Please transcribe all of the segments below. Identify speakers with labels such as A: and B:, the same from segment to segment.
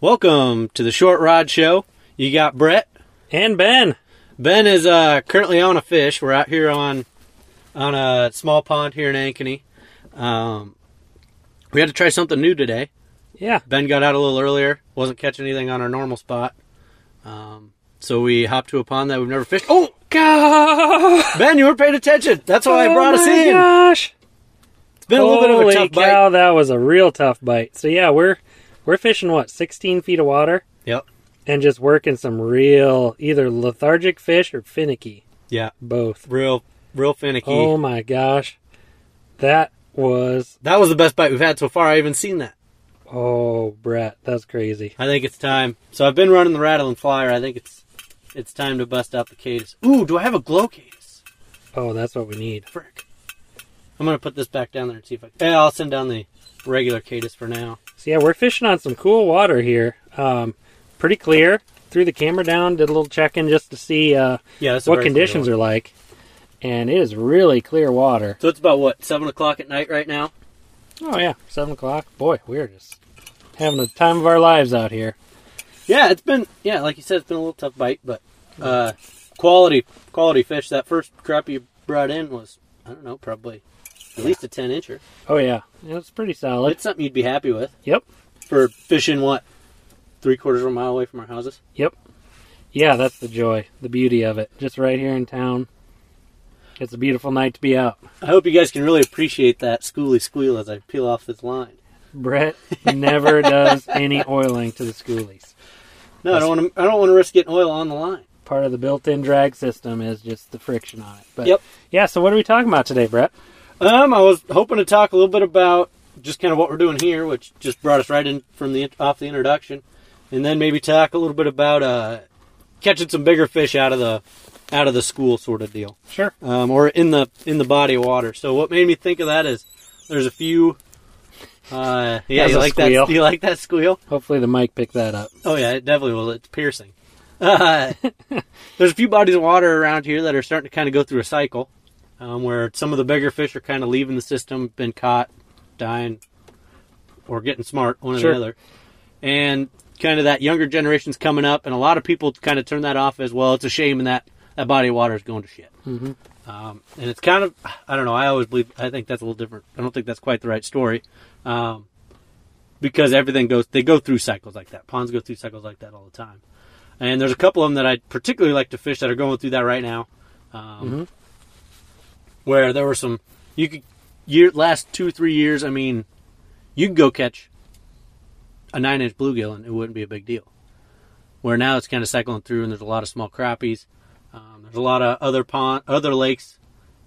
A: Welcome to the Short Rod Show. You got Brett.
B: And Ben.
A: Ben is uh, currently on a fish. We're out here on on a small pond here in Ankeny. Um, we had to try something new today.
B: Yeah.
A: Ben got out a little earlier. Wasn't catching anything on our normal spot. Um, so we hopped to a pond that we've never fished. Oh,
B: God.
A: Ben, you weren't paying attention. That's why I Oh, brought
B: oh
A: us
B: my
A: in.
B: Gosh.
A: It's been a little bit of a
B: Holy
A: tough bite.
B: cow, that was a real tough bite. So yeah, we're we're fishing what, 16 feet of water
A: Yep.
B: and just working some real either lethargic fish or finicky,
A: Yeah.
B: both.
A: Real, real finicky.
B: Oh my gosh. That was
A: That was the best bite we've had so far. I haven't seen that.
B: oh, Brett, that's crazy.
A: I think it's time. So I've been running the rattle and flyer. I think it's it's time to bust out the cadus. Ooh, do I have a glow cadus?
B: Oh, that's what we need.
A: Frick. I'm gonna put this back down there and see if I. Yeah, I'll send down the regular cadus for now.
B: So yeah, we're fishing on some cool water here. Um, pretty clear. Threw the camera down, did a little check in just to see uh,
A: Yeah, that's a
B: what
A: very
B: conditions
A: clear
B: are like, and it is really clear water.
A: one. So it's about what seven o'clock at night right now.
B: Oh yeah, seven o'clock. Boy, we're just having the time of our lives out here.
A: Yeah, it's been yeah, like you said, it's been a little tough bite, but uh, quality quality fish. That first crappie you brought in was I don't know, probably at least a ten incher.
B: Oh yeah, it's pretty solid.
A: It's something you'd be happy with
B: yep,
A: for fishing what three quarters of a mile away from our houses.
B: yep. Yeah, that's the joy, the beauty of it. Just right here in town. It's a beautiful night to be out.
A: I hope you guys can really appreciate that schooly squeal as I peel off this line.
B: Brett never does any oiling to the schoolies.
A: No, I don't want to. I don't want to risk getting oil on the line.
B: part of the built-in drag system is just the friction on it. But
A: Yep.
B: yeah, so what are we talking about today, Brett?
A: Um, I was hoping to talk a little bit about just kind of what we're doing here, which just brought us right in from the off the introduction, and then maybe talk a little bit about uh, catching some bigger fish out of the out of the school sort of deal,
B: Sure.
A: um, or in the in the body of water. So what made me think of that is there's a few. Uh, yeah,
B: That's
A: you
B: a
A: like
B: squeal.
A: that? You like that squeal?
B: Hopefully the mic picked that up.
A: Oh yeah, it definitely will. It's piercing. Uh, there's a few bodies of water around here that are starting to kind of go through a cycle, um, where some of the bigger fish are kind of leaving the system, been caught, dying, or getting smart, one
B: Sure.
A: or the other. And kind of that younger generation's coming up, and a lot of people kind of turn that off as well. It's a shame, and that that body of water is going to shit.
B: Mhm.
A: Um, and it's kind of, I don't know. I always believe. I think that's a little different. I don't think that's quite the right story. Um, because everything goes they go through cycles like that ponds go through cycles like that all the time and there's a couple of them that i particularly like to fish that are going through that right now um, where there were some you could year last two three years i mean you could go catch a nine inch bluegill and it wouldn't be a big deal where now it's kind of cycling through and there's a lot of small crappies um, there's a lot of other pond other lakes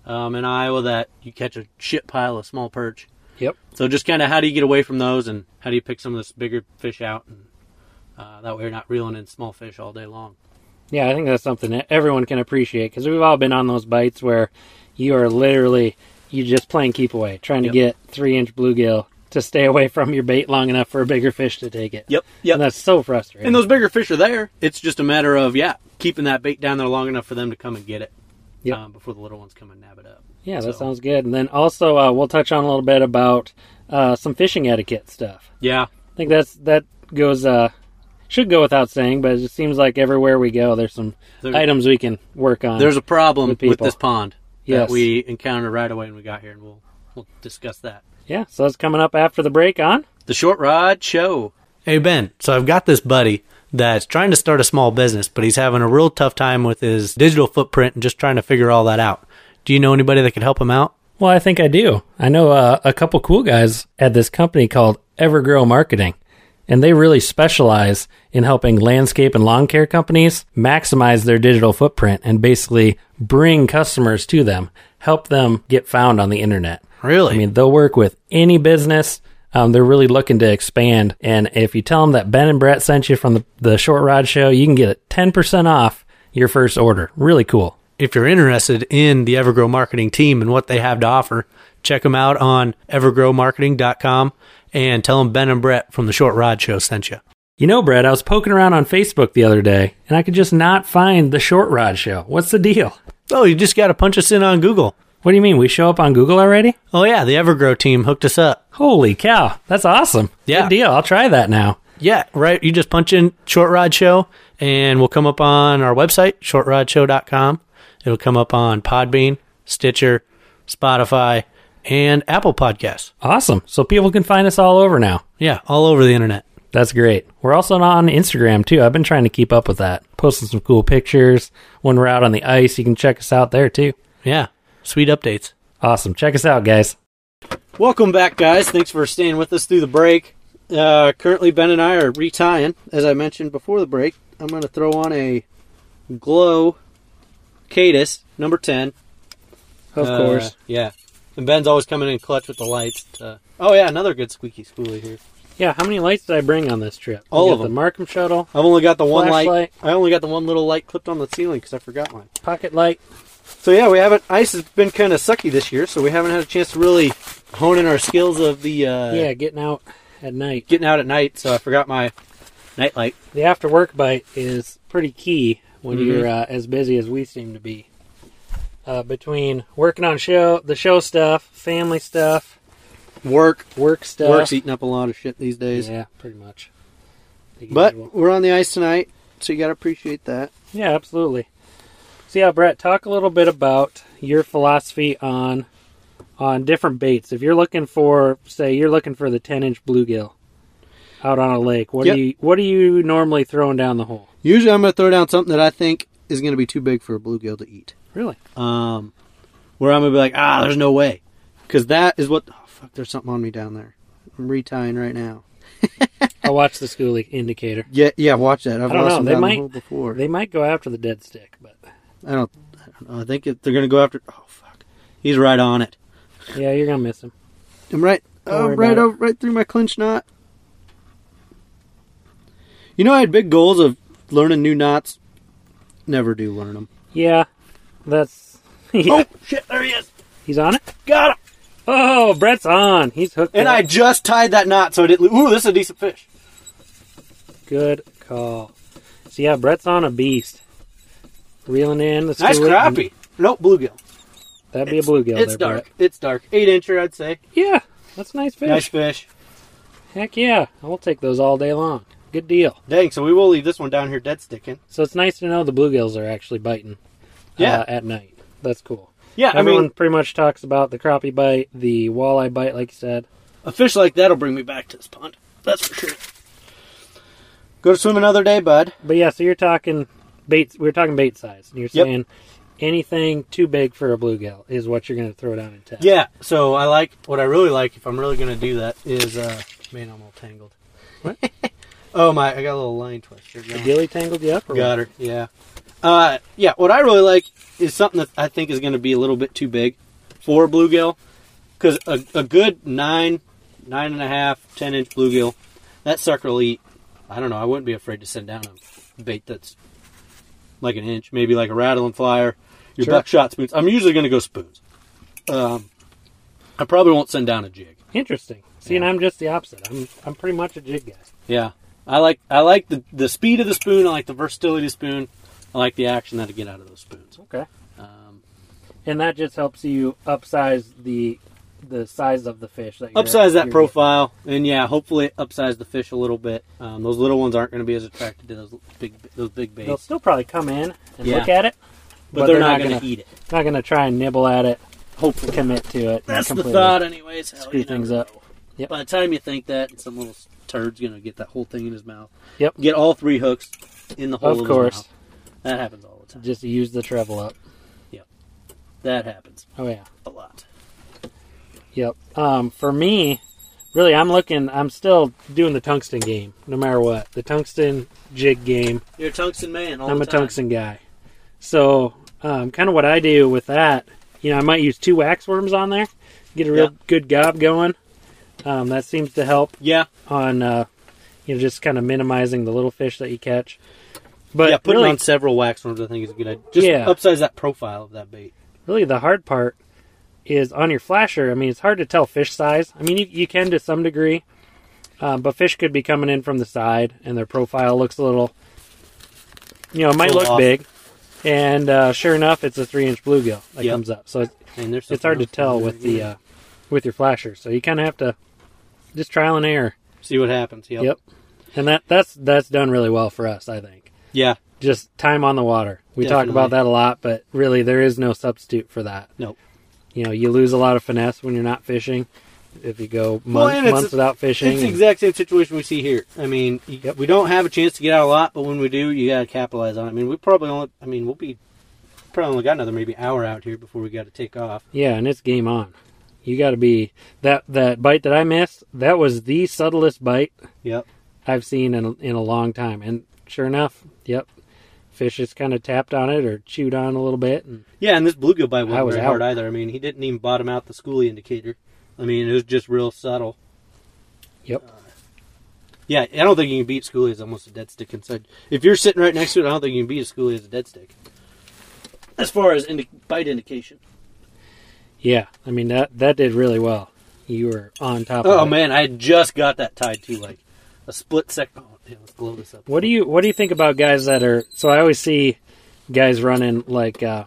A: um, in iowa that you catch a shit pile of small perch
B: Yep.
A: so just kind of how do you get away from those, and how do you pick some of this bigger fish out, and uh, that way you're not reeling in small fish all day long.
B: Yeah, I think that's something that everyone can appreciate because we've all been on those bites where you are literally you just playing keep away, trying
A: Yep.
B: to get three-inch bluegill to stay away from your bait long enough for a bigger fish to take it.
A: Yep,
B: And that's so frustrating.
A: And those bigger fish are there. It's just a matter of yeah, keeping that bait down there long enough for them to come and get it.
B: Yep.
A: Um, before the little ones come and nab it up.
B: yeah, that
A: so-
B: sounds good. And then also uh, we'll touch on a little bit about uh, some fishing etiquette stuff.
A: Yeah.
B: I think that's that goes uh should go without saying, but it just seems like everywhere we go, there's some
A: There-
B: items we can work on.
A: There's a problem
B: With
A: with,
B: people.
A: this pond
B: Yes.
A: that we encountered right away when we got here, and we'll we'll discuss that.
B: yeah, so that's coming up after the break on.
A: The Short Rod Show. Hey, Ben. So I've got this buddy that's trying to start a small business, but he's having a real tough time with his digital footprint and just trying to figure all that out. Do you know anybody that could help him out?
B: Well, I think I do. I know uh, a couple cool guys at this company called Evergrow Marketing, and they really specialize in helping landscape and lawn care companies maximize their digital footprint and basically bring customers to them, help them get found on the internet.
A: Really?
B: I mean, they'll work with any business. Um, they're really looking to expand. And if you tell them that Ben and Brett sent you from the, the Short Rod Show, you can get it 10% off your first order. Really cool.
A: if you're interested in the Evergrow marketing team and what they have to offer, check them out on evergrowmarketing.com and tell them Ben and Brett from the Short Rod Show sent you.
B: You know, Brett, I was poking around on Facebook the other day and I could just not find the Short Rod Show. What's the deal?
A: Oh, you just got to punch us in on Google.
B: What do you mean? We show up on Google already?
A: Oh, yeah, the Evergrow team hooked us up.
B: Holy cow. That's awesome.
A: Yeah.
B: Good deal. I'll try that now.
C: Yeah, right. You just punch in Short Rod Show, and we'll come up on our website, shortrodshow.com. It'll come up on Podbean, Stitcher, Spotify, and Apple Podcasts.
B: Awesome. So people can find us all over now.
C: Yeah, all over the internet.
B: That's great. We're also on Instagram too. I've been trying to keep up with that, posting some cool pictures. When we're out on the ice, you can check us out there too.
C: Yeah, sweet updates.
B: Awesome. Check us out, guys.
A: Welcome back, guys. Thanks for staying with us through the break. Uh, currently, Ben and I are retying. As I mentioned before the break, I'm going to throw on a Glow Cadus, number 10.
B: Of
A: Uh, Yeah. And Ben's always coming in clutch with the lights. To... Oh, yeah, another good squeaky spoolie here.
B: Yeah, how many lights did I bring on this trip?
A: All
B: We
A: of
B: got
A: them.
B: The Markham shuttle,
A: I've only got the one light.
B: Flashlight.
A: I only got the one little light clipped on the ceiling because I forgot mine.
B: pocket light.
A: So yeah, we haven't. Ice has been kind of sucky this year, so we haven't had a chance to really hone in our skills of the uh,
B: yeah, getting out at night.
A: getting out at night. So I forgot my night light.
B: The after work bite is pretty key when
A: Mhm.
B: you're uh, as busy as we seem to be. Uh, between working on show, the show stuff, family stuff,
A: Work
B: work stuff.
A: work's eating up a lot of shit these days.
B: yeah, pretty much. The
A: But
B: usual.
A: we're on the ice tonight, so you gotta appreciate that.
B: Yeah, absolutely. So yeah, Brett, talk a little bit about your philosophy on on different baits. If you're looking for, say, you're looking for the 10 inch bluegill out on a lake, what
A: Yep.
B: do you what are you normally throwing down the hole?
A: Usually, I'm gonna throw down something that I think is gonna be too big for a bluegill to eat.
B: Really?
A: Um, where I'm gonna be like, ah, there's no way, because that is what. Oh, fuck, there's something on me down there. I'm retying right now.
B: I'll watch the schoolie indicator.
A: Yeah, yeah. Watch that. I've
B: I don't
A: lost
B: know,
A: them
B: they
A: down the
B: might-
A: hole before.
B: They might go after the dead stick, but
A: I don't. I don't know. I think if they're gonna go after. Oh fuck! He's right on it.
B: yeah, you're gonna miss him.
A: I'm right.
B: Don't
A: Oh,
B: worry
A: right
B: about it.
A: over, right through my clinch knot. You know, I had big goals of learning new knots. Never do learn them.
B: Yeah, that's yeah.
A: Oh shit! There he is.
B: He's on it.
A: Got him.
B: Oh, Brett's on. He's hooked.
A: And
B: up.
A: I just tied that knot, so I didn't. lo- Ooh, this is a decent fish.
B: Good call. So yeah, Brett's on a beast. Reeling in the
A: Nice
B: schoolie.
A: crappie. Nope, bluegill.
B: That'd be a bluegill.
A: It's
B: there,
A: dark.
B: Brett.
A: It's dark. Eight incher, I'd say.
B: Yeah, that's nice fish.
A: Nice fish.
B: Heck yeah, I'll take those all day long. Good deal.
A: Dang. So we will leave this one down here dead sticking.
B: So it's nice to know the bluegills are actually biting.
A: Yeah.
B: uh, at night. That's cool.
A: Yeah, I
B: Everyone
A: mean,
B: pretty much talks about the crappie bite, the walleye bite, like you said.
A: A fish like that'll bring me back to this pond. That's for sure. Go to swim another day, bud.
B: But yeah, so you're talking baits. We were talking bait size, and you're
A: Yep.
B: saying anything too big for a bluegill is what you're going to throw down and test.
A: Yeah. So I like what I really like. If I'm really gonna do that, is uh, man, I'm all tangled.
B: What?
A: oh my! I got a little line twister.
B: The
A: Going.
B: gilly tangled you up, or
A: Got her. Yeah. Uh, yeah. What I really like is something that I think is gonna be a little bit too big for a bluegill, because a, a good nine, nine and a half, ten inch bluegill, that sucker will eat. I don't know. I wouldn't be afraid to send down a bait that's like an inch, maybe like a rattling flyer, your
B: Sure.
A: buckshot spoons. I'm usually gonna go spoons. Um, I probably won't send down a jig.
B: what? Interesting. See, and
A: Yeah.
B: I'm just the opposite. I'm I'm pretty much a jig guy.
A: Yeah, I like I like the the speed of the spoon. I like the versatility of the spoon. I like the action that I get out of those spoons.
B: Okay.
A: Um,
B: And that just helps you upsize the the size of the fish. That you're,
A: upsize that
B: you're
A: profile, and yeah, hopefully upsize the fish a little bit. Um, those little ones aren't going to be as attracted to those big those big
B: getting. They'll
A: baits,
B: still probably come in and
A: Yeah.
B: look at it,
A: but, they're, not,
B: gonna
A: going to eat it.
B: not going to try and nibble at it,
A: Hopefully,
B: commit to it. and
A: that's the
B: completely-
A: thought, anyways. Hell,
B: screw
A: you never
B: things up.
A: know.
B: Yep.
A: By the time you think that, some little turd's going to get that whole thing in his mouth.
B: Yep.
A: Get all three hooks in the hole.
B: Of
A: his
B: course,
A: mouth. that happens all the time.
B: just use the treble up.
A: That happens
B: Oh yeah.
A: a lot.
B: Yep. Um, for me, really, I'm looking. I'm still doing the tungsten game, no matter what. The tungsten jig game.
A: You're a tungsten man. All
B: I'm
A: the
B: a
A: time.
B: tungsten guy. So, um, kind of what I do with that, you know, I might use two wax worms on there, get a real
A: Yeah.
B: good gob going. Um, that seems to help
A: Yeah.
B: on, uh, you know, just kind of minimizing the little fish that you catch. But
A: yeah, putting
B: really,
A: on several wax worms I think is a good idea. Just
B: Yeah.
A: upsize that profile of that bait.
B: really the hard part is on your flasher. I mean, it's hard to tell fish size. I mean, you, you can to some degree, um, but fish could be coming in from the side, and their profile looks a little, you know, it might
A: Little
B: look
A: off.
B: big. And uh, sure enough, it's a three-inch bluegill that
A: Yep.
B: comes up. So it's,
A: And there's
B: it's
A: something
B: hard to
A: else
B: tell
A: in
B: with
A: there.
B: the uh, with your flasher. So you kind of have to just trial and error.
A: see what happens. Yep.
B: Yep. and that that's that's done really well for us, I think.
A: Yeah.
B: Just time on the water. We talk
A: Definitely.
B: about that a lot, but really there is no substitute for that.
A: Nope.
B: You know, you lose a lot of finesse when you're not fishing. If you go
A: Well,
B: months,
A: and it's-
B: months without fishing,
A: It's the
B: and-
A: exact same situation we see here. I mean, y- we don't have a chance to get out a lot, but when we do, you got to capitalize on it. I mean, we probably only, I mean, we'll be probably only got another maybe hour out here before we got to take off.
B: Yeah, and it's game on. You got to be that that bite that I missed. That was the subtlest bite
A: Yep.
B: I've seen in in a long time, and sure enough, yep, fish just kind of tapped on it or chewed on a little bit. And
A: Yeah, and this bluegill bite wasn't
B: I was
A: very
B: out.
A: hard either. I mean, he didn't even bottom out the schoolie indicator. I mean, it was just real subtle.
B: yep,
A: Yeah, I don't think you can beat schoolie as almost a dead stick inside. If you're sitting right next to it, I don't think you can beat a schoolie as a dead stick. As far as indi- bite indication.
B: yeah, I mean that that did really well. You were on top.
A: Oh
B: of it.
A: man, I just got that tied to like a split second. Oh, yeah, let's blow this up.
B: What do you what do you think about guys that are? So I always see guys running like uh,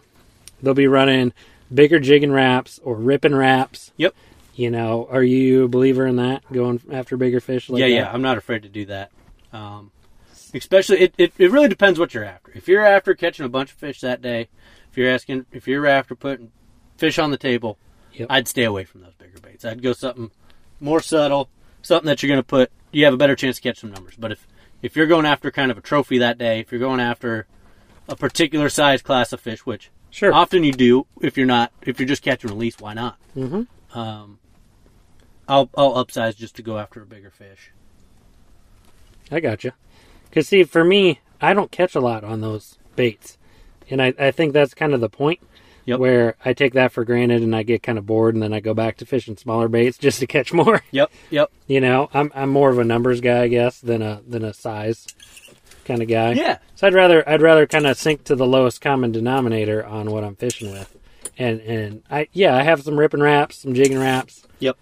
B: they'll be running bigger jigging wraps or ripping wraps.
A: Yep.
B: You know, are you a believer in that going after bigger fish? Like
A: yeah,
B: that?
A: yeah, I'm not afraid to do that. Um, especially, it, it, it really depends what you're after. If you're after catching a bunch of fish that day, if you're asking, if you're after putting fish on the table,
B: Yep.
A: I'd stay away from those bigger baits. I'd go something more subtle, something that you're going to put, you have a better chance to catch some numbers. But if, if you're going after kind of a trophy that day, if you're going after a particular size class of fish, which
B: Sure.
A: often you do if you're not, if you're just catching release, why not?
B: Mhm.
A: Um, I'll, I'll upsize just to go after a bigger fish.
B: I gotcha. Because, see, for me, I don't catch a lot on those baits. And I, I think that's kind of the point
A: Yep.
B: where I take that for granted and I get kind of bored and then I go back to fishing smaller baits just to catch more.
A: Yep, yep.
B: you know, I'm, I'm more of a numbers guy, I guess, than a than a size kind of guy.
A: Yeah.
B: So I'd rather I'd rather kind of sink to the lowest common denominator on what I'm fishing with. And and I yeah, I have some ripping wraps, some jigging wraps.
A: Yep.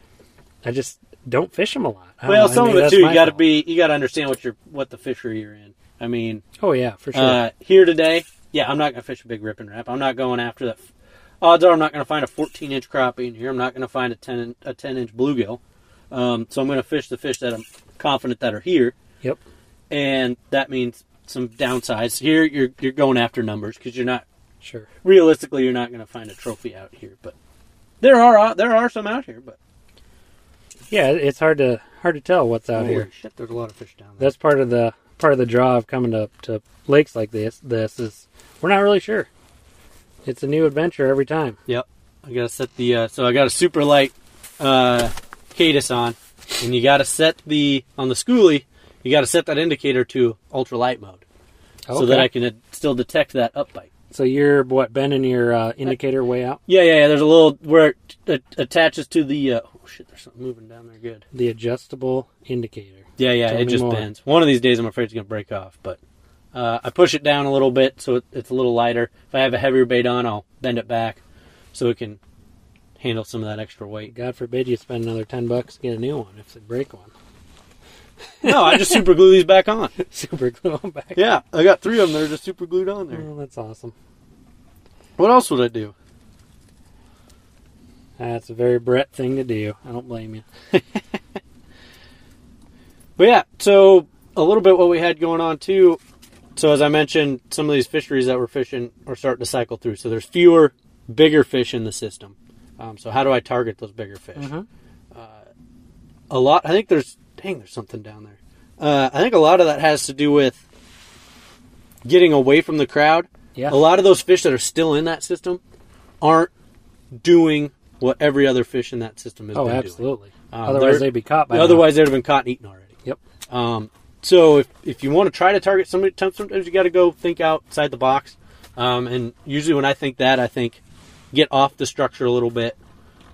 B: I just don't fish them a lot. I don't
A: Well,
B: know. Oh, I
A: some
B: mean,
A: of it
B: that's
A: too.
B: my
A: You got to
B: fault.
A: be. You got to understand what your what the fishery you're in. I mean,
B: Oh yeah, for sure.
A: uh, here today, yeah, I'm not gonna fish a big rip and wrap. I'm not going after that. Odds are I'm not gonna find a 14 inch crappie in here. I'm not gonna find a 10 a 10 inch bluegill. Um, so I'm gonna fish the fish that I'm confident that are here,
B: yep.
A: and that means some downsides. Here, you're you're going after numbers because you're not
B: Sure.
A: realistically you're not gonna find a trophy out here. But there are uh, there are some out here. But
B: Yeah, it- it's hard to hard to tell what's out
A: holy
B: here.
A: shit, there's a lot of fish down there.
B: That's part of the part of the draw of coming up to lakes like this. This is we're not really sure. It's a new adventure every time.
A: Yep. I gotta set the uh, so I got a super light uh, Cadus on, and you gotta set the on the schoolie. You gotta set that indicator to ultra light mode so that I can uh, still detect that upbite.
B: so you're what bending your uh, indicator way out
A: Yeah, yeah, yeah. There's a little where it t- attaches to the. Uh, oh shit! There's something moving down there. Good.
B: the adjustable indicator.
A: Yeah, yeah.
B: Tell
A: it
B: me
A: just
B: more.
A: bends. One of these days, I'm afraid it's gonna break off. But uh, I push it down a little bit so it, it's a little lighter. If I have a heavier bait on, I'll bend it back so it can handle some of that extra weight.
B: God forbid you spend another ten bucks to get a new one if they break one.
A: No, I just super glue these back on.
B: Super glue 'em back.
A: Yeah, I got three of them that are just super glued on there.
B: Oh, that's awesome.
A: What else would I do?
B: That's a very Brett thing to do. I don't blame you.
A: But yeah, so a little bit what we had going on too. So as I mentioned, some of these fisheries that we're fishing are starting to cycle through. So there's fewer bigger fish in the system. Um, so how do I target those bigger fish?
B: Mhm.
A: a lot. I think there's dang, there's something down there. Uh, I think a lot of that has to do with getting away from the crowd.
B: Yeah.
A: A lot of those fish that are still in that system aren't doing what every other fish in that system is.
B: Oh,
A: doing.
B: absolutely.
A: Um,
B: otherwise,
A: they're-
B: they'd be caught by now.
A: Otherwise, they'd have been caught and eaten already.
B: Yep.
A: Um, so if, if you want to try to target somebody, some- sometimes you got to go think outside the box. Um, and usually when I think that, I think get off the structure a little bit,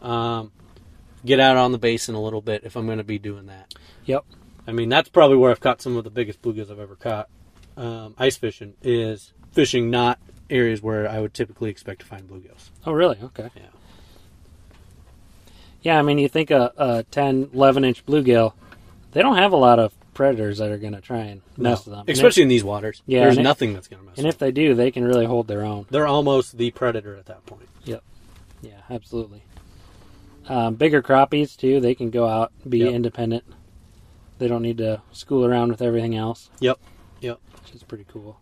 A: um, get out on the basin a little bit if I'm going to be doing that.
B: Yep.
A: I mean, that's probably where I've caught some of the biggest bluegills I've ever caught. Um, ice fishing is fishing not areas where I would typically expect to find bluegills.
B: Oh, really? Okay.
A: Yeah.
B: Yeah, I mean, you think a, a 10, 11 inch bluegill, they don't have a lot of predators that are going to try and mess with them. And if-
A: Especially in these waters.
B: Yeah,
A: There's
B: and if-
A: nothing that's going to mess
B: And
A: with
B: if they do, they can really hold their own.
A: They're almost the predator at that point.
B: Yep. Yeah, absolutely. Um, bigger crappies, too, they can go out, be
A: Yep.
B: independent. They don't need to school around with everything else,
A: Yep. Yep.
B: which is pretty cool.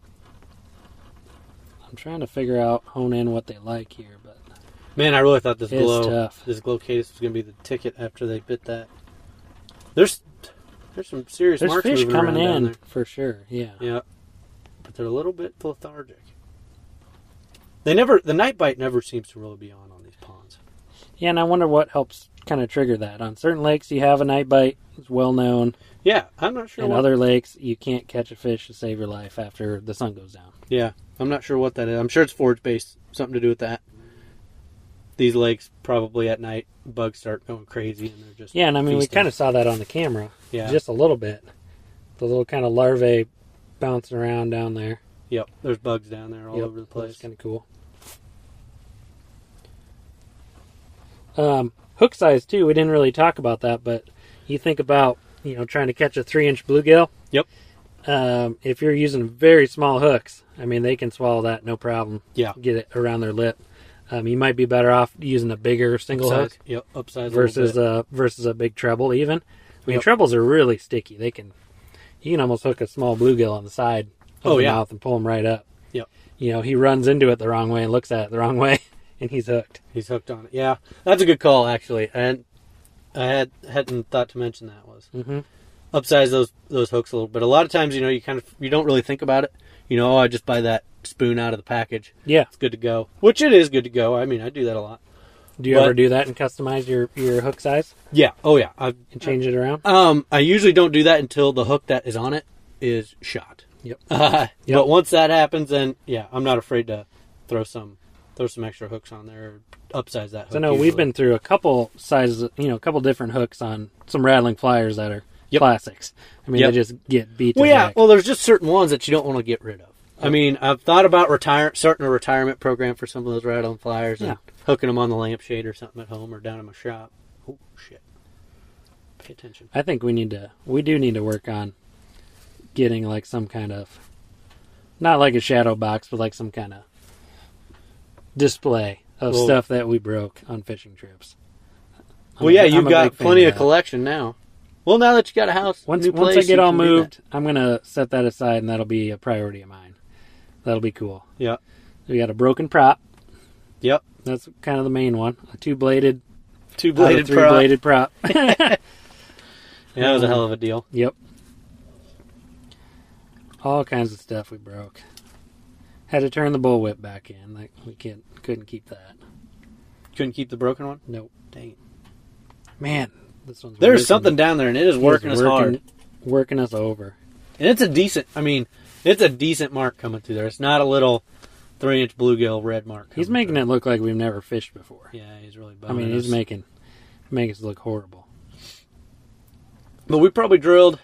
B: I'm trying to figure out, hone in what they like here, but
A: Man, I really thought this
B: It's
A: glow,
B: tough.
A: this glow case was gonna be the ticket after they bit that. There's, there's some serious
B: there's
A: marks
B: fish
A: moving
B: coming
A: around down
B: in for sure. Yeah.
A: there. Yeah, but they're a little bit lethargic. They never, the night bite never seems to really be on on these ponds.
B: Yeah, and I wonder what helps kind of trigger that. On certain lakes, you have a night bite, it's well known.
A: Yeah, I'm not sure.
B: In
A: what-
B: other lakes, you can't catch a fish to save your life after the sun goes down.
A: Yeah, I'm not sure what that is. I'm sure it's forage based, something to do with that. These lakes probably at night bugs start going crazy and they're just
B: Yeah, and I mean, we
A: feasting.
B: kind of saw that on the camera
A: yeah
B: just a little bit. The little kind of larvae bouncing around down there.
A: yep. There's bugs down there all
B: Yep,
A: over the
B: that's
A: place.
B: kind of cool. Um, hook size too. We didn't really talk about that, but you think about you know trying to catch a three-inch bluegill.
A: Yep.
B: Um, if you're using very small hooks, I mean they can swallow that no problem.
A: Yeah.
B: Get it around their lip. Um, you might be better off using a bigger single
A: Upsize-
B: hook
A: Yep, upside
B: versus uh, a versus a big treble. Even I mean
A: Yep.
B: trebles are really sticky. They can you can almost hook a small bluegill on the side of
A: Oh,
B: the
A: yeah.
B: mouth and pull him right up
A: Yep.
B: you know, he runs into it the wrong way and looks at it the wrong way, and he's hooked.
A: He's hooked on it. Yeah, that's a good call actually, and I had hadn't thought to mention that was
B: Mm-hmm.
A: upsize those those hooks a little bit. A lot of times, you know, you kind of you don't really think about it. You know, oh, I just buy that spoon out of the package.
B: Yeah.
A: It's good to go, which it is good to go. I mean, I do that a lot.
B: Do you
A: But-
B: ever do that and customize your your hook size
A: Yeah. Oh yeah. I've
B: and change it around?
A: Um, I usually don't do that until the hook that is on it is shot.
B: Yep.
A: Uh,
B: Yep.
A: But once that happens, then yeah, I'm not afraid to throw some throw some extra hooks on there, or upsize that. hook
B: So no, we've
A: usually.
B: been through a couple sizes, you know, a couple different hooks on some rattling flyers that are
A: Yep.
B: classics. I mean,
A: Yep.
B: they just get beat. To
A: Well, yeah.
B: heck.
A: Well, there's just certain ones that you don't want to get rid of. I mean, I've thought about retire starting a retirement program for some of those rattle flyers and
B: Yeah.
A: hooking them on the lampshade or something at home or down in my shop. Oh shit! Pay attention.
B: I think we need to we do need to work on getting like some kind of not like a shadow box, but like some kind of display of
A: Well-
B: stuff that we broke on fishing trips. I'm
A: well,
B: a-
A: yeah,
B: I'm a
A: you've
B: big
A: got
B: fan
A: plenty of
B: that.
A: collection now. Well, now that you got a house,
B: Once
A: new
B: once I
A: place,
B: get
A: you
B: all
A: can do that.
B: moved, I'm gonna set that aside, and that'll be a priority of mine. That'll be cool.
A: Yeah.
B: We got a broken prop.
A: Yep.
B: That's kind of the main one. A two bladed,
A: Two bladed,
B: three bladed prop.
A: Yeah, that was a hell of a deal.
B: yep. All kinds of stuff we broke. Had to turn the bullwhip back in. Like we can't couldn't keep that.
A: Couldn't keep the broken one.
B: Nope.
A: Dang it.
B: Man, this one's
A: There's
B: working-
A: something down there, and it is
B: it is
A: working us hard.
B: working us over.
A: And it's a decent. I mean, it's a decent mark coming through there. It's not a little three-inch bluegill red mark.
B: He's making it look like we've never fished before.
A: Yeah, he's really.
B: I mean,
A: bumming
B: he's
A: us.
B: making making us look horrible.
A: But we probably drilled,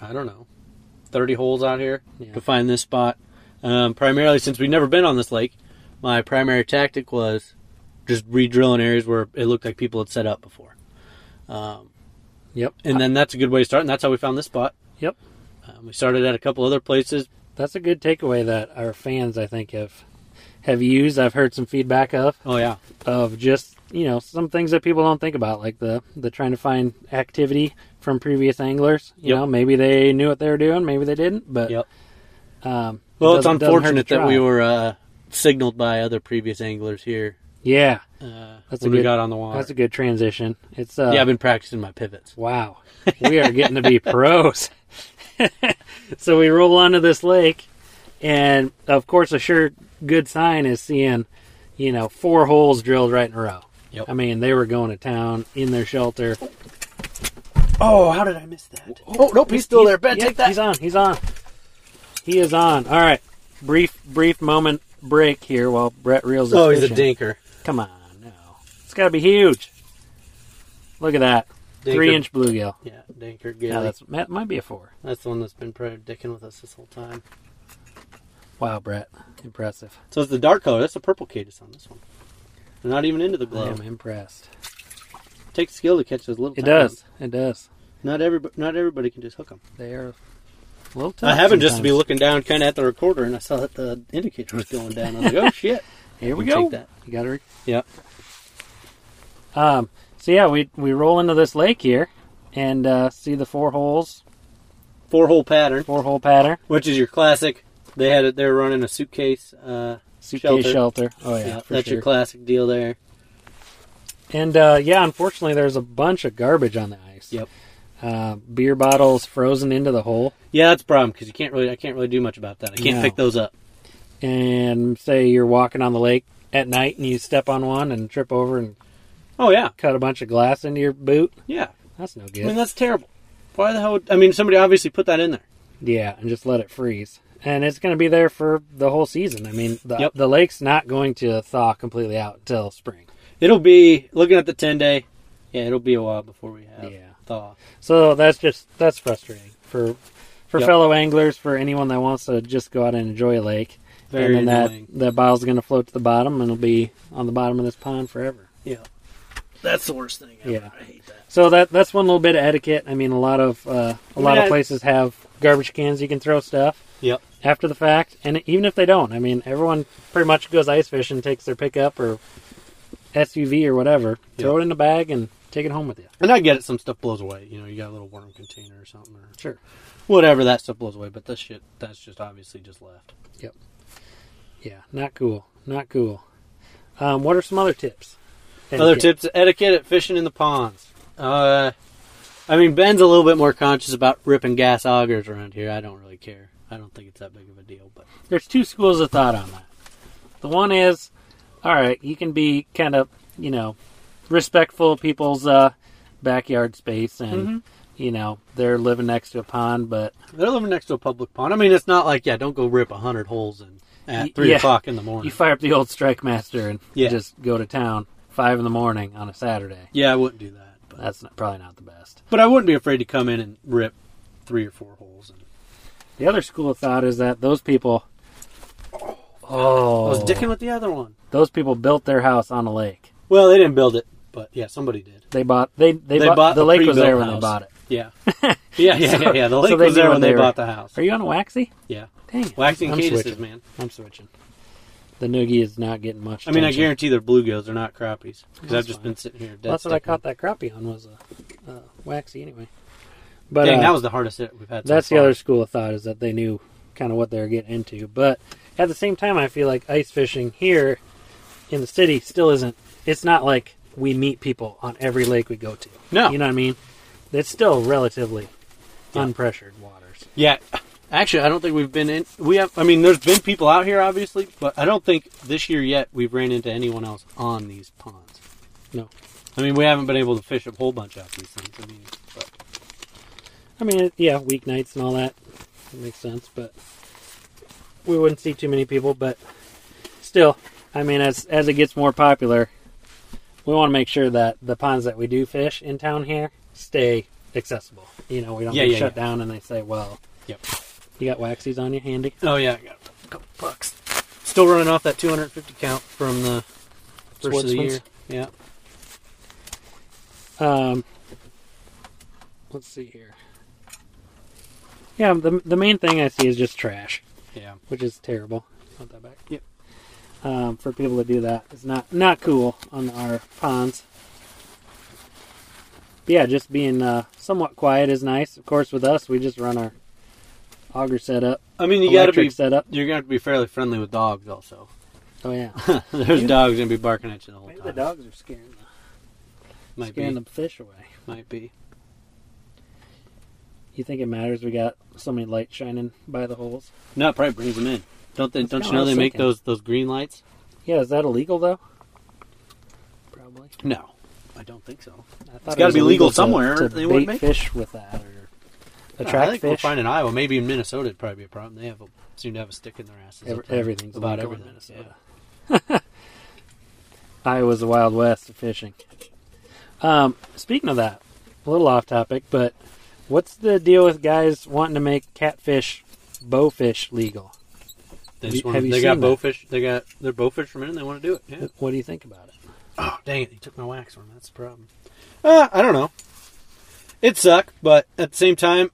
A: I don't know, 30 holes out here
B: Yeah.
A: to find this spot. Um, primarily, since we've never been on this lake, my primary tactic was just re-drilling areas where it looked like people had set up before. Um,
B: Yep.
A: and then that's a good way to start, and that's how we found this spot.
B: Yep.
A: Um, we started at a couple other places.
B: That's a good takeaway that our fans, I think, have have used. I've heard some feedback of
A: Oh yeah,
B: of just you know some things that people don't think about, like the the trying to find activity from previous anglers. You
A: Yep.
B: know, maybe they knew what they were doing, maybe they didn't. But
A: Yep.
B: um,
A: well,
B: it
A: it's
B: doesn't- doesn't hurt to
A: unfortunate that we
B: try.
A: were uh, signaled by other previous anglers here
B: Yeah,
A: uh,
B: That's a
A: when we
B: good-
A: got on the water.
B: that's a good transition. It's uh,
A: yeah, I've been practicing my pivots.
B: Wow. We are getting to be pros. so we roll onto this lake, and of course, a sure good sign is seeing, you know, four holes drilled right in a row.
A: Yep.
B: I mean, they were going to town in their shelter.
A: Oh, how did I miss that? Oh, nope, he's still there. Ben,
B: yeah,
A: take that.
B: He's on. He's on. He is on. All right. Brief, brief moment break here while Brett reels. his
A: Oh, he's a
B: fish in.
A: dinker.
B: Come on, no, it's got to be huge. Look at that,
A: Dinker.
B: three-inch bluegill.
A: Yeah, dinker.
B: Yeah,
A: Yeah,
B: that's
A: that's
B: that might be a four.
A: that's the one that's been probably dicking with us this whole time.
B: Wow, Brett, impressive.
A: So it's the dark color. That's the purple cadus on this one. They're not even into the
B: I
A: glow.
B: am impressed.
A: Takes skill to catch those little.
B: It
A: tiny
B: does.
A: ones.
B: It does.
A: Not everybody. Not everybody can just hook them.
B: They are a little tough.
A: I happened just to be
B: sometimes.
A: looking down, kind of at the recorder, and I saw that the indicator was going down. I was like, oh shit.
B: Here we
A: Take
B: go.
A: that.
B: You got to. Re-
A: Yep.
B: um. So yeah, we we roll into this lake here, and uh, see the four holes,
A: Four hole pattern,
B: four hole pattern,
A: which is your classic. They had it. They were running a suitcase. Uh,
B: suitcase
A: Shelter.
B: shelter. Oh yeah,
A: yeah,
B: for
A: that's
B: sure.
A: your classic deal there.
B: and uh, yeah, unfortunately, there's a bunch of garbage on the ice.
A: Yep.
B: Uh, beer bottles frozen into the hole,
A: Yeah, that's a problem because you can't really. I can't really do much about that. I can't
B: No.
A: pick those up.
B: and say you're walking on the lake at night and you step on one and trip over and
A: Oh yeah,
B: cut a bunch of glass into your boot.
A: yeah.
B: That's no
A: I mean
B: good.
A: that's terrible. Why the hell? Would, I mean, somebody obviously put that in there.
B: Yeah, and just let it freeze. And it's going to be there for the whole season. I mean, the,
A: Yep.
B: the lake's not going to thaw completely out till spring.
A: It'll be looking at the ten day. Yeah, it'll be a while before we have
B: Yeah.
A: thaw.
B: So that's just that's frustrating for for
A: Yep.
B: fellow anglers, for anyone that wants to just go out and enjoy a lake.
A: Very
B: and then
A: annoying.
B: that that bottle's going to float to the bottom and it'll be on the bottom of this pond forever.
A: Yeah, that's the worst thing. Ever.
B: Yeah.
A: I hate that.
B: So that that's one little bit of etiquette. I mean, a lot of uh, a lot
A: I-
B: of places have garbage cans you can throw stuff.
A: Yep.
B: after the fact, and even if they don't, I mean, everyone pretty much goes ice fishing, takes their pickup or SUV or whatever, throw it in a bag, and take it home with you.
A: And I get it. Some stuff blows away. You know, you got a little worm container or something, or
B: Sure.
A: whatever. That stuff blows away. But this shit, that's just obviously just left.
B: Yep. Yeah, not cool. Not cool. Um, what are some other tips?
A: Other
B: Etiquette.
A: tips: etiquette at fishing in the ponds. Uh, I mean, Ben's a little bit more conscious about ripping gas augers around here. I don't really care. I don't think it's that big of a deal. But
B: There's two schools of thought on that. The one is, all right, you can be kind of, you know, respectful of people's uh, backyard space, and
A: Mm-hmm.
B: you know they're living next to a pond, but
A: they're living next to a public pond. I mean, it's not like yeah, don't go rip a hundred holes in
B: Y-
A: at three
B: yeah.
A: o'clock in the morning.
B: You fire up the old Strike Master and
A: Yeah.
B: just go to town five in the morning on a Saturday.
A: yeah, I wouldn't do that. But,
B: That's not, probably not the best.
A: but I wouldn't be afraid to come in and rip three or four holes. And
B: The other school of thought is that those people, oh,
A: I was dicking with the other one.
B: those people built their house on a lake.
A: Well, they didn't build it, but yeah, somebody did.
B: They bought they they,
A: They
B: bought,
A: bought a
B: the lake was
A: pre-built
B: there when they
A: house.
B: bought it.
A: Yeah, yeah, yeah, yeah. yeah. The
B: So
A: lake
B: they
A: was
B: knew
A: there
B: when
A: when
B: they
A: they
B: were-
A: bought the house.
B: Are you on a waxy?
A: Yeah,
B: Dang, it.
A: waxing
B: I'm
A: cadises,
B: switching.
A: man.
B: I'm switching. The noogie is not getting much.
A: I mean, I
B: attention.
A: guarantee they're bluegills. They're not crappies because I've
B: That's
A: just
B: fine.
A: been sitting here. Dead
B: Well, that's what I
A: stick.
B: caught that crappie on was a uh, waxy anyway. But
A: Dang,
B: uh,
A: that was the hardest hit we've had. so
B: That's the
A: far.
B: other school of thought is that they knew kind of what they were getting into. But at the same time, I feel like ice fishing here in the city still isn't. It's not like we meet people on every lake we go to.
A: No.
B: you know what I mean. It's still relatively
A: Yeah.
B: unpressured waters.
A: Yeah, actually, I don't think we've been in. We have. I mean, there's been people out here, obviously, but I don't think this year yet we've ran into anyone else on these ponds.
B: No,
A: I mean, we haven't been able to fish a whole bunch out these things. I mean, but
B: I mean, it- yeah, weeknights and all that, that makes sense. But we wouldn't see too many people. But still, I mean, as as it gets more popular, we want to make sure that the ponds that we do fish in town here stay accessible. You know, we don't
A: Yeah,
B: get
A: yeah,
B: shut
A: yeah.
B: down and they say, "Well,
A: yep.
B: you got waxies on you, handy."
A: Oh yeah, I got a couple bucks. Still running off that 250 count from the first of the
B: Sportsman's?
A: year. Yeah.
B: Um, let's see here. Yeah, the the main thing I see is just trash.
A: Yeah.
B: which is terrible. Put that back.
A: Yep.
B: Um, for people to do that is not not cool on our ponds. But yeah, just being uh, somewhat quiet is nice. Of course, with us, we just run our auger setup,
A: I mean, you got to
B: electric
A: be.
B: setup.
A: You're gonna have to be fairly friendly with dogs, also.
B: Oh yeah,
A: There's dogs gonna be barking at you the whole
B: maybe
A: time.
B: the dogs are scaring the,
A: might be.
B: scaring the fish away.
A: Might be.
B: You think it matters? We got so many lights shining by the holes.
A: No, it probably brings them in. Don't they?
B: That's
A: don't you
B: kinda
A: know
B: what I
A: they
B: was
A: make
B: thinking.
A: those those green lights?
B: Yeah, is that illegal though? Probably.
A: No, I don't think so.
B: I thought
A: It's
B: it
A: gotta
B: was
A: be legal
B: illegal to-
A: somewhere,
B: To,
A: they
B: bait
A: wouldn't make it.
B: fish with that or
A: I
B: attract
A: think we'll
B: fish.
A: find in Iowa, maybe in Minnesota, it'd probably be a problem. They have a, seem to have a stick in their asses.
B: Every,
A: up there
B: everything's
A: about
B: legal in
A: everything.
B: Minnesota. Iowa's the Wild West of fishing. Um, speaking of that, a little off topic, but what's the deal with guys wanting to make catfish, bowfish legal?
A: They,
B: Have
A: just
B: you-
A: wanna,
B: have you
A: they got
B: seen that?
A: bowfish. They got they're bowfish from and they want to do it. Yeah.
B: What do you think about it?
A: Oh dang it! He took my wax one. That's the problem. Uh, I don't know. It sucked, but at the same time,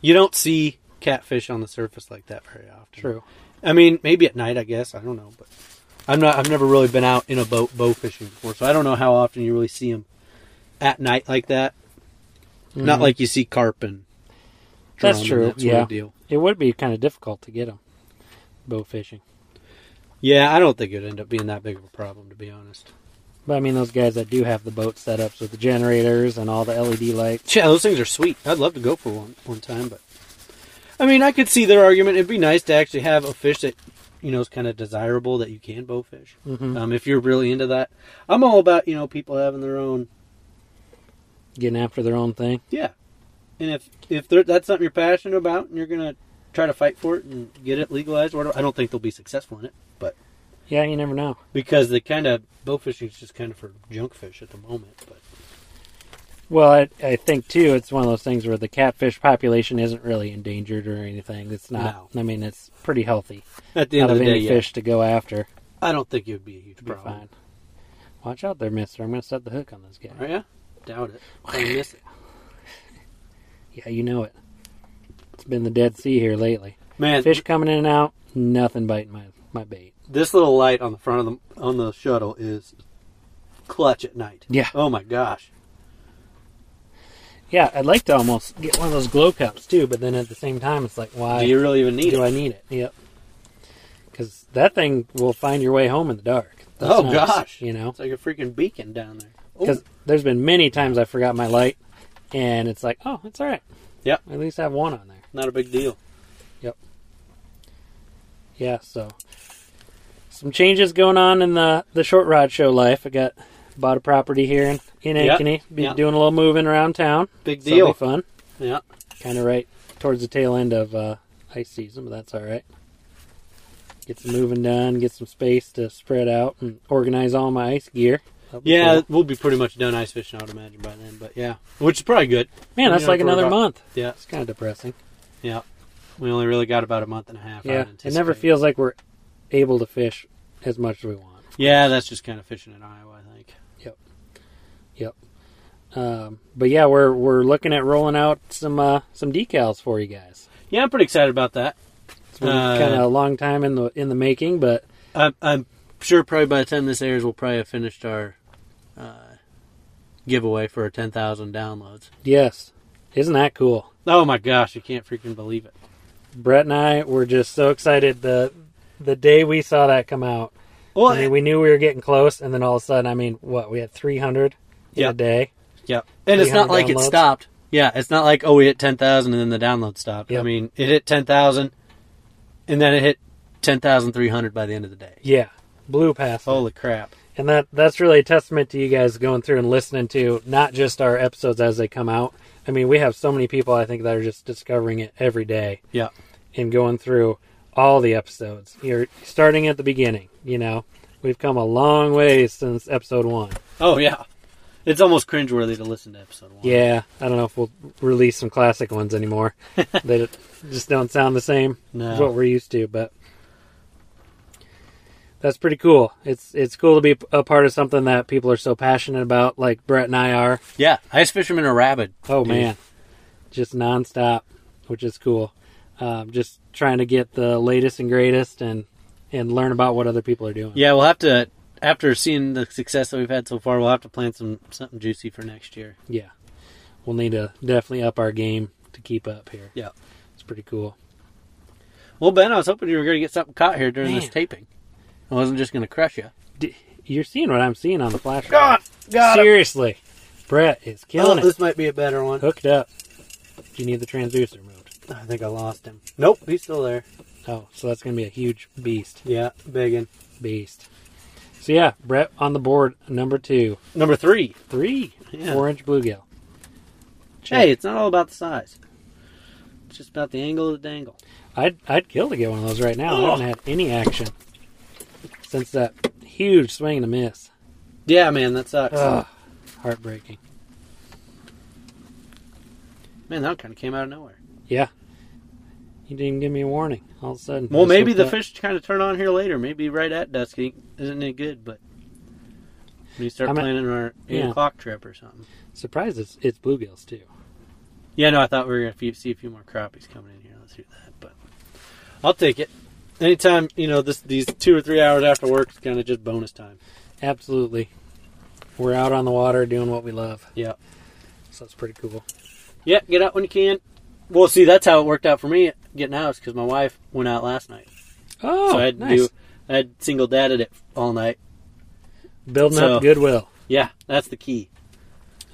A: you don't see catfish on the surface like that very often.
B: True.
A: I mean, maybe at night, I guess. I don't know, but I'm not. I've never really been out in a boat bow fishing before, so I don't know how often you really see them at night like that. Not like you see carp and
B: Mm-hmm. That's
A: drum
B: true,
A: and that sort of
B: yeah.
A: deal.
B: It would be kind of difficult to get them bow fishing.
A: Yeah, I don't think it'd end up being that big of a problem, to be honest.
B: But I mean, those guys that do have the boat setups with the generators and all the LED lights.
A: Yeah, those things are sweet. I'd love to go for one one time, but I mean, I could see their argument. It'd be nice to actually have a fish that you know is kind of desirable that you can bow fish.
B: Mm-hmm. uh,
A: Um, if you're really into that, I'm all about you know people having their own.
B: getting after their own thing.
A: Yeah, and if if they're- that's something you're passionate about and you're gonna try to fight for it and get it legalized, or whatever, I don't think they'll be successful in it, but
B: Yeah, you never know.
A: because the kind of bow fishing is just kind of for junk fish at the moment. But
B: Well, I, I think too, it's one of those things where the catfish population isn't really endangered or anything. It's not. I mean, it's pretty healthy
A: at the end of
B: out of
A: the day,
B: any
A: yeah,
B: fish to go after.
A: I don't think it would be a huge
B: Be
A: problem.
B: fine. Watch out there, Mister. I'm going to set the hook on this guy.
A: Are ya? Doubt it. I miss it.
B: Yeah, you know it. It's been the dead sea here lately.
A: Man,
B: Fish coming in and out, nothing biting my my bait.
A: this little light on the front of the on the shuttle is clutch at night.
B: Yeah.
A: Oh my gosh.
B: Yeah, I'd like to almost get one of those glow cups too, but then at the same time, it's like, why
A: Do you really even need
B: do I
A: it?
B: need it? Yep. Because that thing will find your way home in the dark. That's
A: oh
B: nice,
A: gosh.
B: you know,
A: It's like a freaking beacon down there. Oh,
B: because there's been many times I forgot my light, and it's like, oh, it's all right.
A: Yep.
B: At least I have one on there.
A: not a big deal.
B: Yeah. So some changes going on in the the short rod show life. I got bought a property here in in
A: Yep,
B: Ankeny. Be
A: yep.
B: doing a little moving around town.
A: Big
B: So it'll
A: deal.
B: be fun.
A: Yeah.
B: Kind of right towards the tail end of uh, ice season, but that's all right. Get some moving done, get some space to spread out and organize all my ice gear. That'll be
A: Yeah,
B: cool.
A: we'll be pretty much done ice fishing, I would imagine, by then. But yeah, which is probably good.
B: Man, that's
A: You don't have
B: like
A: to worry
B: another
A: about-
B: month.
A: Yeah,
B: It's kind of depressing.
A: yeah. We only really got about a month and a half. I
B: Yeah,
A: would
B: it never
A: anticipate.
B: feels like we're able to fish as much as we want.
A: Yeah, that's just kind of fishing in Iowa, I think.
B: Um, but yeah, we're we're looking at rolling out some uh, some decals for you guys.
A: Yeah, I'm pretty excited about that.
B: It's been
A: Uh,
B: kind of a long time in the in the making, but
A: I'm, I'm sure probably by the time this airs, we'll probably have finished our uh, giveaway for our 10,000 downloads.
B: yes, isn't that cool?
A: Oh my gosh, you can't freaking believe it.
B: Brett and I were just so excited the the day we saw that come out.
A: Well,
B: I mean, we knew we were getting close, and then all of a sudden, I mean, what we had three hundred in
A: Yeah.
B: a day.
A: yeah. And it's not
B: 300
A: like it
B: downloads.
A: stopped. Yeah, it's not like, oh, we hit 10,000 and then the download stopped.
B: Yeah.
A: I mean, it hit 10,000 and then it hit 10,300 by the end of the day.
B: Yeah, blew past. it.
A: Holy crap.
B: and that that's really a testament to you guys going through and listening to not just our episodes as they come out. I mean, we have so many people I think that are just discovering it every day
A: Yeah.
B: and going through all the episodes. You're starting at the beginning, you know. We've come a long way since episode 1.
A: Oh, yeah. It's almost cringeworthy to listen to episode one.
B: Yeah, I don't know if we'll release some classic ones anymore. they just don't sound the same
A: No.
B: as what we're used to, but that's pretty cool. It's it's cool to be a part of something that people are so passionate about, like Brett and I are.
A: Yeah. Ice fishermen are rabid.
B: Oh
A: dude.
B: man, just nonstop, which is cool. Um, just trying to get the latest and greatest and and learn about what other people are doing.
A: Yeah, we'll have to after seeing the success that we've had so far, we'll have to plan some something juicy for next year.
B: yeah. We'll need to definitely up our game to keep up here.
A: Yeah.
B: It's pretty cool.
A: Well, Ben, I was hoping you were going to get something caught here during this
B: Man.
A: taping. I wasn't just going to crush you.
B: D- you're seeing what I'm seeing on the flash.
A: God,
B: Seriously, Brett is killing it.
A: Oh, this might be a better one.
B: Hooked up. Do you need the transducer moved?
A: I think I lost him. Nope, he's still there.
B: Oh, so that's gonna be a huge beast,
A: Yeah, begging.
B: beast. So yeah, Brett on the board, number two,
A: Number three.
B: three,
A: Yeah.
B: four inch bluegill.
A: Hey, it's not all about the size. It's just about the angle of the dangle.
B: I'd I'd kill to get one of those right now. I
A: Ugh.
B: haven't had any action since that huge swing and a miss.
A: Yeah, man, that sucks.
B: Ugh, heartbreaking.
A: Man, that kind of came out of nowhere.
B: Yeah, you didn't even give me a warning. All of a sudden.
A: Well,
B: just
A: maybe
B: hooked
A: the
B: up.
A: fish kind of turn on here later. Maybe right at dusk he isn't any good, but when you start
B: I'm a-
A: planning our eight
B: Yeah.
A: o'clock trip or something.
B: Surprised it's, it's bluegills too.
A: Yeah, no, I thought we were gonna f- see a few more crappies coming in here. Let's do that, but I'll take it. Anytime you know this, these two or three hours after work is kind of just bonus time.
B: Absolutely. We're out on the water doing what we love,
A: Yeah,
B: so it's pretty cool.
A: Yeah, get out when you can. Well, see, that's how it worked out for me getting out because my wife went out last night,
B: Oh,
A: so I had to
B: nice.
A: do I had single dadded it all night.
B: Building
A: so-
B: up goodwill.
A: Yeah, that's the key.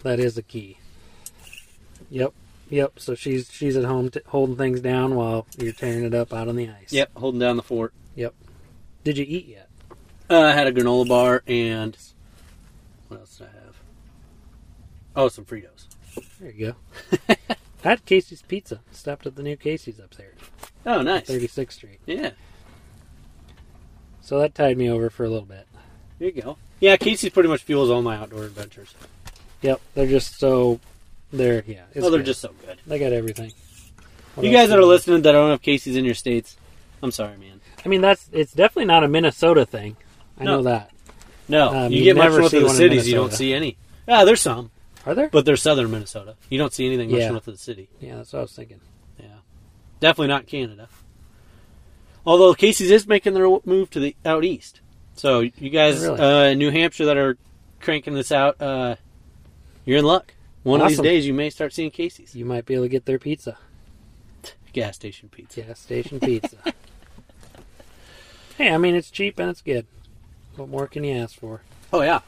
B: That is the key. Yep. Yep. So she's she's at home t- holding things down while you're tearing it up out on the ice.
A: Yep, holding down the fort.
B: Yep. Did you eat yet?
A: Uh, I had a granola bar and what else did I have? Oh, some Fritos.
B: There you go. I had Casey's Pizza. Stopped at the new Casey's upstairs,
A: Oh, nice.
B: 36th Street.
A: Yeah,
B: So that tied me over for a little bit.
A: there you go. Yeah, Casey's pretty much fuels all my outdoor adventures.
B: Yep. They're just so. They're yeah. it's
A: Oh, they're
B: good.
A: just so good.
B: They got everything. What
A: you
B: else
A: guys
B: do
A: that are
B: we-
A: listening that don't have Casey's in your states, I'm sorry, man.
B: I mean, that's it's definitely not a Minnesota thing. I
A: No.
B: know that.
A: No,
B: Um,
A: you,
B: you
A: get much
B: never
A: north
B: see
A: of the
B: one in
A: cities, you don't
B: Minnesota.
A: see any. Yeah, there's some,
B: Are there?
A: but they're southern Minnesota. You don't see anything much
B: Yeah.
A: north of the city.
B: yeah, that's what I was thinking.
A: Yeah, definitely not Canada. Although Casey's is making their move to the out east, so you guys
B: Really?
A: uh, in New Hampshire that are cranking this out, uh, you're in luck. One of
B: Awesome.
A: these days, you may start seeing Casey's
B: You might be able to get their pizza.
A: gas station pizza.
B: Gas station pizza. hey, I mean it's cheap and it's good. What more can you ask for?
A: Oh yeah,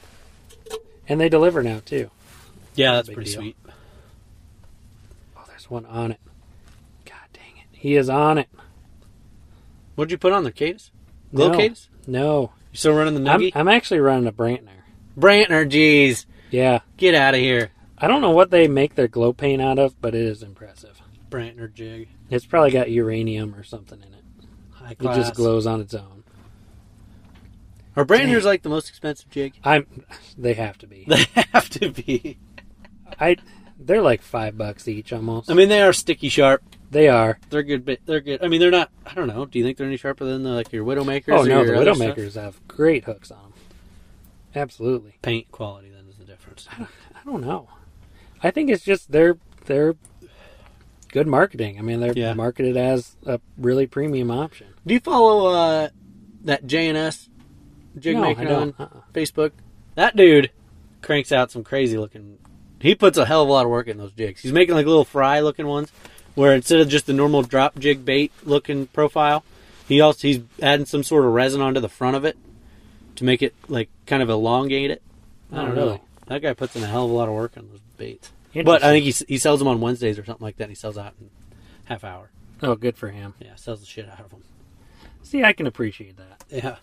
B: And they deliver now too.
A: yeah, that's
B: Big
A: pretty
B: deal.
A: sweet.
B: Oh, there's one on it. God dang it. He is on it.
A: What'd you put on there, Cadis? Glow
B: No.
A: Cadis?
B: No.
A: You still running the
B: I'm,
A: nuggie?
B: I'm actually running a Brantner.
A: Brantner, jeez,
B: Yeah.
A: get out of here,
B: I don't know what they make their glow paint out of, but it is impressive.
A: Brantner jig.
B: It's probably got uranium or something in it.
A: High
B: It
A: class.
B: just glows on its own.
A: Are Brantners like the most expensive jig?
B: I'm they have to be.
A: They have to be.
B: I they're like 5 bucks each almost.
A: I mean, they are sticky sharp.
B: they are.
A: They're good. Bit, they're good. I mean, they're not. I don't know. Do you think they're any sharper than the, like your Widowmakers?
B: Oh
A: or
B: no, the
A: your other stuff?
B: Widowmakers have great hooks on them. Absolutely.
A: Paint quality then is the difference.
B: I don't know. I think it's just they're they're good marketing. I mean, they're
A: Yeah.
B: marketed as a really premium option.
A: Do you follow uh, that JNS jig
B: No, I
A: maker on
B: don't. Uh-uh.
A: Facebook? That dude cranks out some crazy looking. He puts a hell of a lot of work in those jigs. He's making like little fry looking ones, where instead of just the normal drop jig bait looking profile, he also he's adding some sort of resin onto the front of it to make it like kind of elongate it. I
B: Oh,
A: don't
B: really?
A: know. That guy puts in a hell of a lot of work on those baits. But I think he, s- he sells them on Wednesdays or something like that. And he sells out in half hour.
B: oh, good for him.
A: Yeah, sells the shit out of them.
B: See, I can appreciate that.
A: Yeah.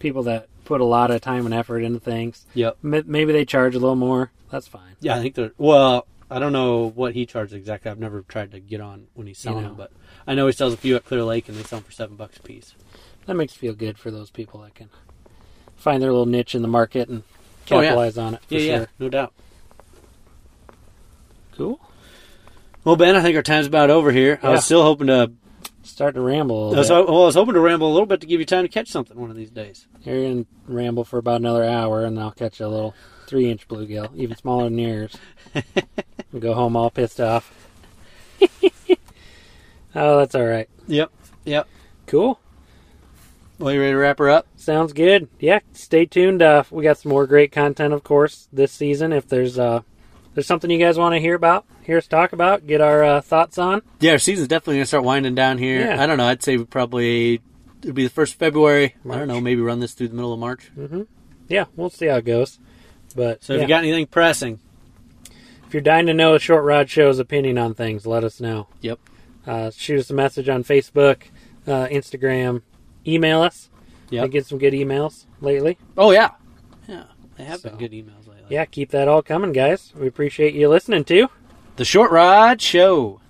B: People that put a lot of time and effort into things.
A: Yep.
B: M- Maybe they charge a little more. That's fine.
A: Yeah, I think they're. Well, I don't know what he charges exactly. I've never tried to get on when he's selling
B: know.
A: them, but I know he sells a few at Clear Lake and they sell them for seven bucks a piece.
B: That makes me feel good for those people that can find their little niche in the market and
A: Oh, yeah.
B: capitalize on it. For
A: yeah,
B: sure.
A: yeah, no doubt.
B: Cool.
A: Well, Ben, I think our time's about over here. I
B: Yeah.
A: was still hoping to.
B: Start to ramble. A
A: I
B: little
A: was,
B: bit.
A: ho- well, I was hoping to ramble a little bit to give you time to catch something one of these days.
B: You're gonna ramble for about another hour, and I'll catch a little three-inch bluegill, even smaller than yours. and go home all pissed off. oh, that's all right.
A: Yep. Yep.
B: Cool.
A: Well, you ready to wrap her up?
B: Sounds good. Yeah. Stay tuned. Uh, we got some more great content, of course, this season. If there's uh, there's something you guys want to hear about, hear us talk about, get our uh, thoughts on.
A: Yeah, our season's definitely gonna start winding down here.
B: Yeah.
A: I don't know. I'd say we probably it'd be the first of February. I
B: March.
A: don't know. Maybe run this through the middle of March.
B: Yeah, we'll see how it goes. But
A: So if
B: yeah,
A: you got anything pressing,
B: if you're dying to know a short rod show's opinion on things, let us know.
A: yep.
B: uh, shoot us a message on Facebook, uh, Instagram, email us.
A: Yep.
B: I get some good emails lately.
A: Oh yeah. Yeah. They have
B: So.
A: been good emails lately.
B: Yeah, keep that all coming, guys. We appreciate you listening to.
A: The Short Rod Show.